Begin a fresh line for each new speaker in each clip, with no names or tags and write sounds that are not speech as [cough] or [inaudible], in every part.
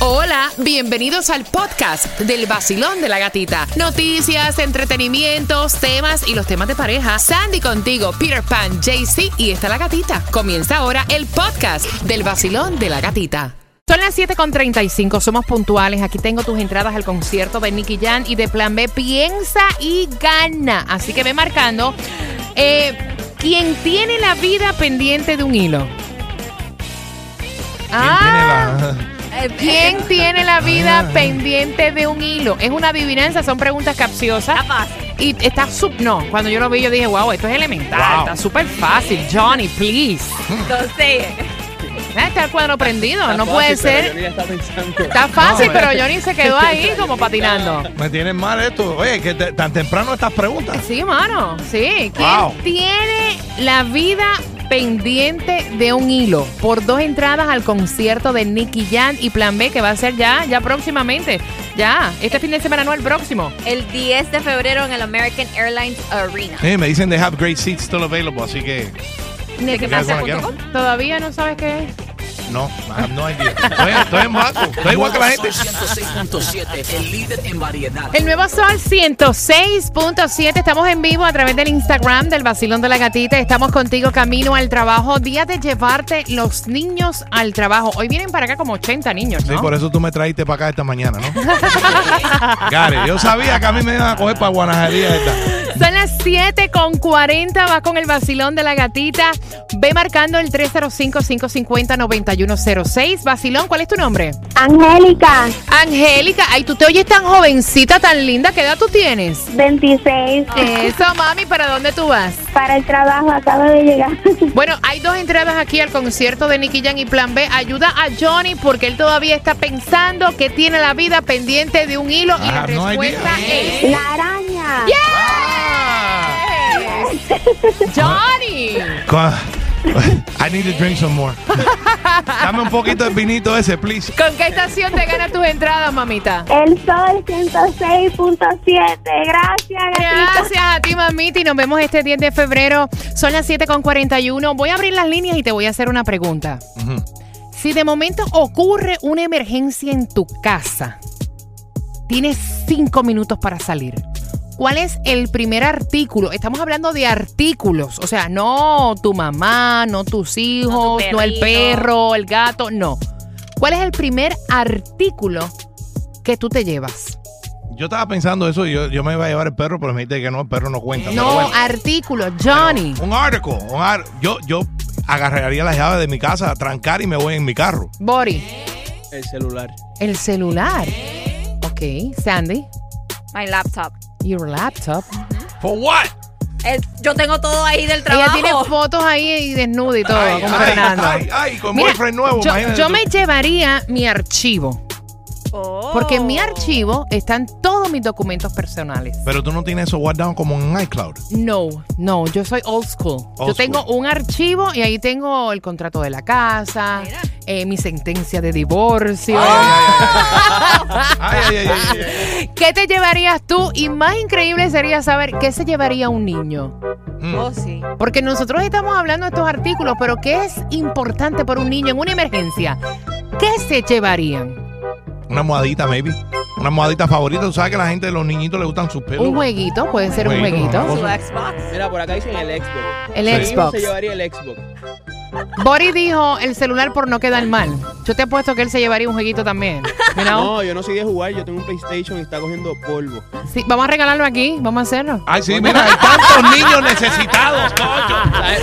Hola, bienvenidos al podcast del vacilón de la gatita. Noticias, entretenimientos, temas y los temas de pareja. Sandy contigo, Peter Pan, JC y está la gatita. Comienza ahora el podcast del vacilón de la gatita. Son las 7.35, somos puntuales. Aquí tengo tus entradas al concierto de Nicky Jan y de Plan B Piensa y Gana. Así que ve marcando. Eh, ¿Quién tiene la vida pendiente de un hilo? Eh,
[laughs]
¿Quién tiene la vida pendiente de un hilo? Es una adivinanza, son preguntas capciosas. Y está sub. No, cuando yo lo vi, yo dije, wow, esto es elemental,
Wow.
está súper fácil. Johnny, please.
Entonces,
Ah, Está el cuadro prendido, Ah, no puede ser.
ser.
[laughs] Está fácil,
No,
pero Johnny se quedó ahí como patinando.
[laughs] Me tienen mal esto. Oye, que te- tan temprano estas preguntas.
Sí, mano, sí. ¿Quién
Wow.
tiene la vida pendiente de un hilo? Por dos entradas al concierto de Nicky Jan y Plan B, que va a ser ya, ya próximamente. Ya, este fin de semana no, el próximo.
el 10 de febrero en el American Airlines Arena.
Eh, me dicen they have great seats still available, así que
Necesitas- Todavía no sabes qué es.
no, I have no idea. Estoy, estoy en vaco, estoy igual que la gente.
Sol 106.7, el líder en variedad.
El nuevo Sol 106.7. Estamos en vivo a través del Instagram del Basilón de la Gatita. Estamos contigo camino al trabajo. Día de llevarte los niños al trabajo. Hoy vienen para acá como 80 niños,
Sí,
¿no?
por eso tú me trajiste para acá esta mañana, ¿no? [laughs] Gary, yo sabía que a mí me iban a coger para Guanajería esta.
Son las 7 con 40, va con el vacilón de la gatita. Ve marcando el 305-550-9106. Vacilón, ¿cuál es tu nombre?
Angélica,
Angélica, ay, tú te oyes tan jovencita, tan linda, ¿qué edad tú tienes?
26,
Eso, mami, ¿para dónde tú vas?
para el trabajo, acabo de llegar.
Bueno, hay dos entradas aquí al concierto de Nicky Jam y Plan B. Ayuda a Johnny porque él todavía está pensando que tiene la vida pendiente de un hilo y la
Ah, no hay
respuesta
idea.
es...
La araña.
¡Johnny!
Cua- Ah. I need to drink some more. Dame un poquito de vinito ese, please.
¿Con qué estación te ganas tus entradas, mamita?
El sol 106.7. Gracias, gatita.
Gracias a ti, mamita. Y nos vemos este 10 de febrero. Son las 7.41. Voy a abrir las líneas y te voy a hacer una pregunta.
Ujú.
Si de momento ocurre una emergencia en tu casa, tienes cinco minutos para salir. ¿Cuál es el primer artículo? Estamos hablando de artículos, o sea, no tu mamá, no tus hijos, no, el
perrito.
perro, el gato, no. ¿Cuál es el primer artículo que tú te llevas?
Yo estaba pensando eso, y yo, yo me iba a llevar el perro, pero me dijiste que no, el perro no cuenta. pero
No,
bueno.
artículo, Johnny.
Un article. un ar- yo, yo agarraría las llaves de mi casa, trancar y me voy en mi carro.
Bori,
El celular.
el celular.
¿Eh?
Ok, Sandy,
My laptop.
your laptop.
¿For what?
El- yo tengo todo ahí del
Ella
trabajo.
tiene fotos ahí y desnuda y todo,
ay,
como
ay,
Fernando.
ay, ay, con
Mira,
boyfriend nuevo.
yo,
imagínate
yo
tú.
me llevaría mi archivo,
Oh.
porque en mi archivo están todos mis documentos personales.
Pero tú no tienes eso guardado como en iCloud.
No, no, yo soy old school.
Old
yo tengo
school.
un archivo y ahí tengo el contrato de la casa,
Mira.
eh, mi sentencia de divorcio.
Ay, ay, ay, ay, ay,
¿Qué te llevarías tú? Y más increíble sería saber qué se llevaría un niño.
ay. Mm.
Oh, sí.
Porque nosotros estamos hablando de estos artículos, pero ¿qué es importante para un niño en una emergencia? ¿Qué se llevarían?
Una almohadita, maybe. Una almohadita favorita. Tú sabes que a la gente, los niñitos, les gustan sus pelos.
Un jueguito, puede ser un
Jueguito,
jueguito.
una
Su
cosa.
Xbox.
Mira, por acá dicen el Xbox.
El
Sí.
Yo se
Xbox.
llevaría el Xbox.
Boris dijo el celular por no quedar mal. Yo te apuesto que él se llevaría un jueguito también. you know?
No, yo no soy de jugar, yo tengo un PlayStation y está cogiendo polvo.
Sí, vamos a regalarlo aquí, vamos a hacerlo.
Ay, sí, Pues mira, hay tantos niños necesitados,
Ah.
coño.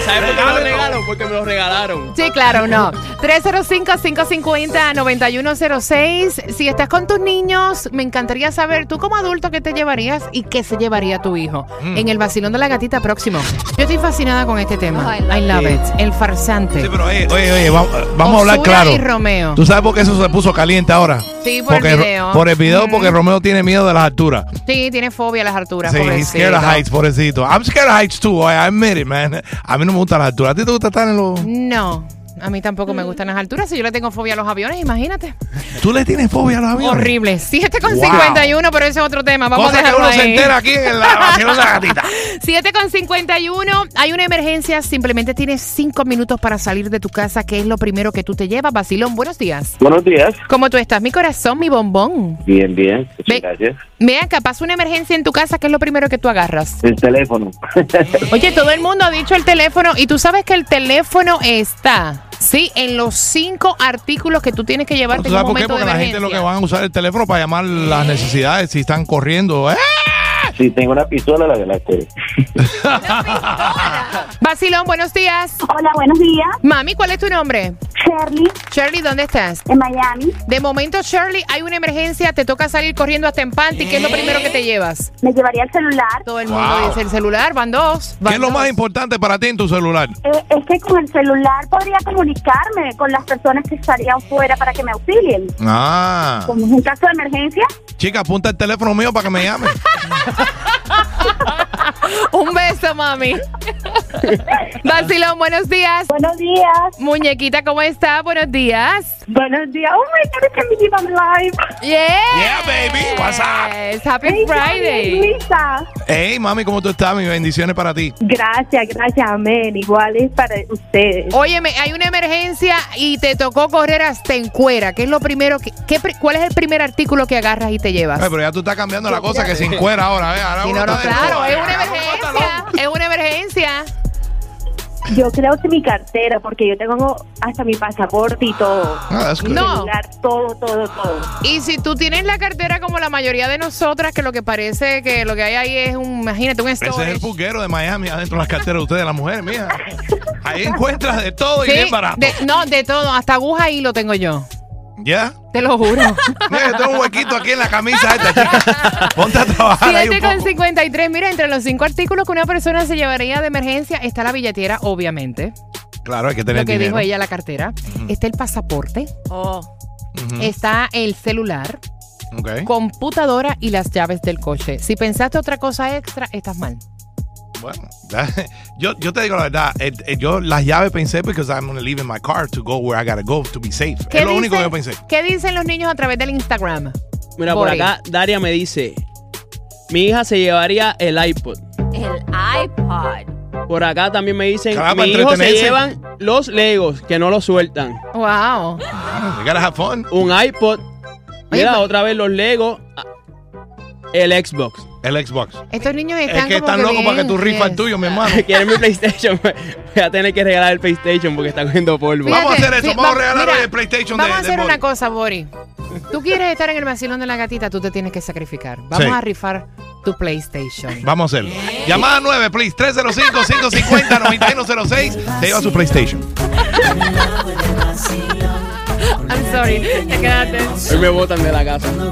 ¿Sabes por qué me lo regalo? Porque me lo regalaron.
Sí, claro, no. 305-550-9106. Si estás con tus niños, me encantaría saber tú como adulto qué te llevarías y qué se llevaría tu hijo
Mm.
en el vacilón de la gatita próximo. Yo estoy fascinada con este tema.
I love
I love
it.
it. El farsante.
Sí, pero oye, oye, oye, vamos, vamos a hablar
Ozuna
claro.
y Romeo.
¿Tú sabes por qué eso se puso caliente ahora?
Sí, por el
Porque Ro-
video. Mm.
Por el video, porque Romeo tiene miedo de las alturas.
Sí, tiene fobia a las alturas.
Sí, he's scared of
pobrecito.
heights, pobrecito. I'm scared of heights too. I admit it, man. A mí no me gustan las alturas. ¿A ti te gusta estar en los.?
No. A mí tampoco me gustan las alturas. Si yo le tengo fobia a los aviones, imagínate.
¿Tú le tienes fobia a los aviones?
Horrible. 7 con 51, pero ese es otro tema. Vamos a
Cosa que
dejarlo
uno se
ahí.
entera aquí en la vacilón de la
[laughs]
gatita.
7 con 51. Hay una emergencia. Simplemente tienes 5 minutos para salir de tu casa, que es lo primero que tú te llevas. Basilón, buenos días.
Buenos días.
¿Cómo tú estás? Mi corazón, mi bombón.
Bien, bien. Muchas
Ve-
gracias.
Vean, capaz una emergencia en tu casa, que es lo primero que tú agarras.
El teléfono. [laughs]
Oye, todo el mundo ha dicho el teléfono y tú sabes que el teléfono está, sí, en los cinco artículos que tú tienes que llevarte
¿Tú
en un
sabes por qué?
momento de
Porque la gente
emergencia.
lo que van a usar el teléfono para llamar las necesidades si están
[laughs]
corriendo. ¿eh?
si tengo una pistola, la de la cuelgo.
Basilón, buenos días.
Hola, buenos días.
Mami, ¿cuál es tu nombre?
Shirley,
Shirley, ¿dónde estás?
en Miami.
De momento, Shirley, hay una emergencia, te toca salir corriendo hasta en panty, ¿qué es lo primero que te llevas?
Me llevaría el celular.
Todo el mundo dice el celular, van dos.
¿Qué
van
es lo
dos.
más importante para ti en tu celular?
Eh, es que con el celular podría comunicarme con las personas que estarían fuera para que me auxilien.
Ah,
Como es un caso de emergencia,
chica, apunta el teléfono mío para que
[laughs]
me llame.
Un beso, mami. Basilón, buenos días.
Buenos días.
Muñequita, ¿cómo estás? Buenos días.
Buenos días. Oh my God, it's me I'm live.
Yeah.
Yeah, baby, what's up?
Happy
Hey,
Friday.
Luisa.
Hey, mami, ¿cómo tú estás? Mis bendiciones para ti.
Gracias, gracias, amén. Igual es para ustedes.
Óyeme, hay una emergencia y te tocó correr hasta en cuera. ¿Qué es lo primero que, qué pri- ¿Cuál es el primer artículo que agarras y te llevas?
Ay, pero ya tú estás cambiando la cosa que sin cuera ahora, ¿ves? Ahora
Sí,
uno
no, no,
está de
claro,
todo.
es una
Ahora uno está
emergencia. Es una emergencia.
Yo creo que mi cartera, porque yo tengo hasta mi pasaporte y todo.
Ah, that's good.
Mi
No.
celular, todo, todo, todo.
Y si tú tienes la cartera como la mayoría de nosotras, que lo que parece que lo que hay ahí es un, imagínate, un
Ese es
storage.
el pulguero de Miami, adentro de las carteras de ustedes, las mujeres, mija. Ahí encuentras de todo y bien
Sí,
barato.
de- no, de todo, hasta aguja ahí lo tengo yo.
¿Ya?
Te lo
[laughs]
juro.
Mira, yo tengo un huequito aquí en la camisa esta, chica. Ponte a trabajar ahí un
7 con
poco.
53. Mira, entre los cinco artículos que una persona se llevaría de emergencia está la billetera, obviamente.
Claro, hay que
Lo
tener
que
dinero.
dijo ella, la cartera. Está el pasaporte.
Oh.
Ujú,
Está el celular,
ok.
computadora y las llaves del coche. Si pensaste otra cosa extra, estás mal.
Bueno, [laughs] yo, yo te digo la verdad, eh, eh, yo las llaves pensé porque I'm gonna leave in my car to go where I gotta go to be safe. Es lo único que yo pensé.
¿Qué dicen los niños a través del Instagram?
Mira, por
Boy.
acá Daria me dice, mi hija se llevaría el iPod.
El iPod.
Por acá también me dicen,
Claro, para
mi hijo se
entretenerse.
llevan los Legos, que no los sueltan.
Wow.
Ah, You gotta have fun.
Un iPod.
Oye, pues-
Mira,
pero-
otra vez los Legos. ah, El Xbox. [laughs]
El Xbox.
Estos niños están
es que
como
están locos para que
bien, eh,
tú rifas el
yes.
tuyo, mi hermano.
¿Quieres mi PlayStation? [laughs] Voy a tener que regalar el PlayStation porque está cogiendo polvo.
Fíjate,
Vamos a hacer eso,
fí-
vamos a
va-
regalar
mira,
el PlayStation de-
Vamos a
de
hacer
Bori.
una cosa, Bori. Tú quieres estar en el vacilón de la gatita, tú te tienes que sacrificar. Vamos
Sí.
a rifar tu PlayStation.
Vamos a hacerlo. Llamada 9, please. 305-550-9106. Te lleva su PlayStation.
I'm sorry, te quedaste.
Hoy me botan de la casa.